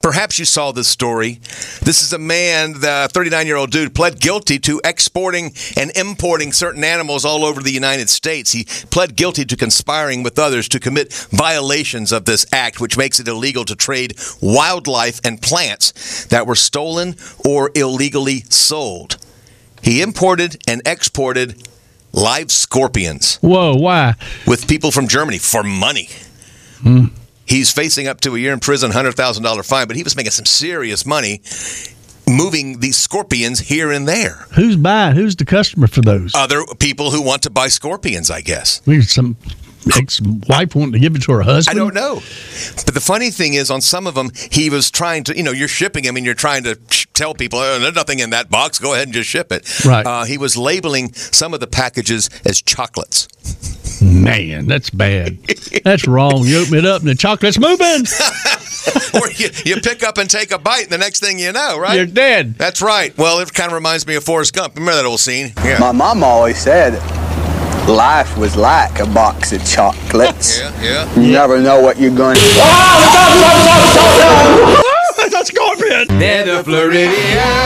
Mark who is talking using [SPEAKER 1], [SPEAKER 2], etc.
[SPEAKER 1] Perhaps you saw this story. This is a man, the 39 year old dude, pled guilty to exporting and importing certain animals all over the United States. He pled guilty to conspiring with others to commit violations of this act, which makes it illegal to trade wildlife and plants that were stolen or illegally sold. He imported and exported live scorpions
[SPEAKER 2] Whoa, why?
[SPEAKER 1] with people from Germany for money. He's facing up to a year in prison, $100,000 fine, but he was making some serious money moving these scorpions here and there.
[SPEAKER 2] Who's buying? Who's the customer for those?
[SPEAKER 1] Other people who want to buy scorpions, I guess.
[SPEAKER 2] We some ex wife wanting to give it to her
[SPEAKER 1] I
[SPEAKER 2] husband.
[SPEAKER 1] don't know. But the funny thing is, on some of them, he was trying to, you know, you're shipping them and you're trying to sh- tell people, oh, there's nothing in that box. Go ahead and just ship it.
[SPEAKER 2] Right.
[SPEAKER 1] Uh, he was labeling some of the packages as chocolates.
[SPEAKER 2] Man, that's bad. That's wrong. You open it up and the chocolate's moving.
[SPEAKER 1] or you, you pick up and take a bite, and the next thing you know, right?
[SPEAKER 2] You're dead.
[SPEAKER 1] That's right. Well, it kind of reminds me of Forrest Gump. Remember that old scene? Yeah.
[SPEAKER 3] My mom always said life was like a box of chocolates.
[SPEAKER 1] Yeah, yeah.
[SPEAKER 3] You never know what you're going to
[SPEAKER 2] That's scorpion.
[SPEAKER 4] They're the Floridians.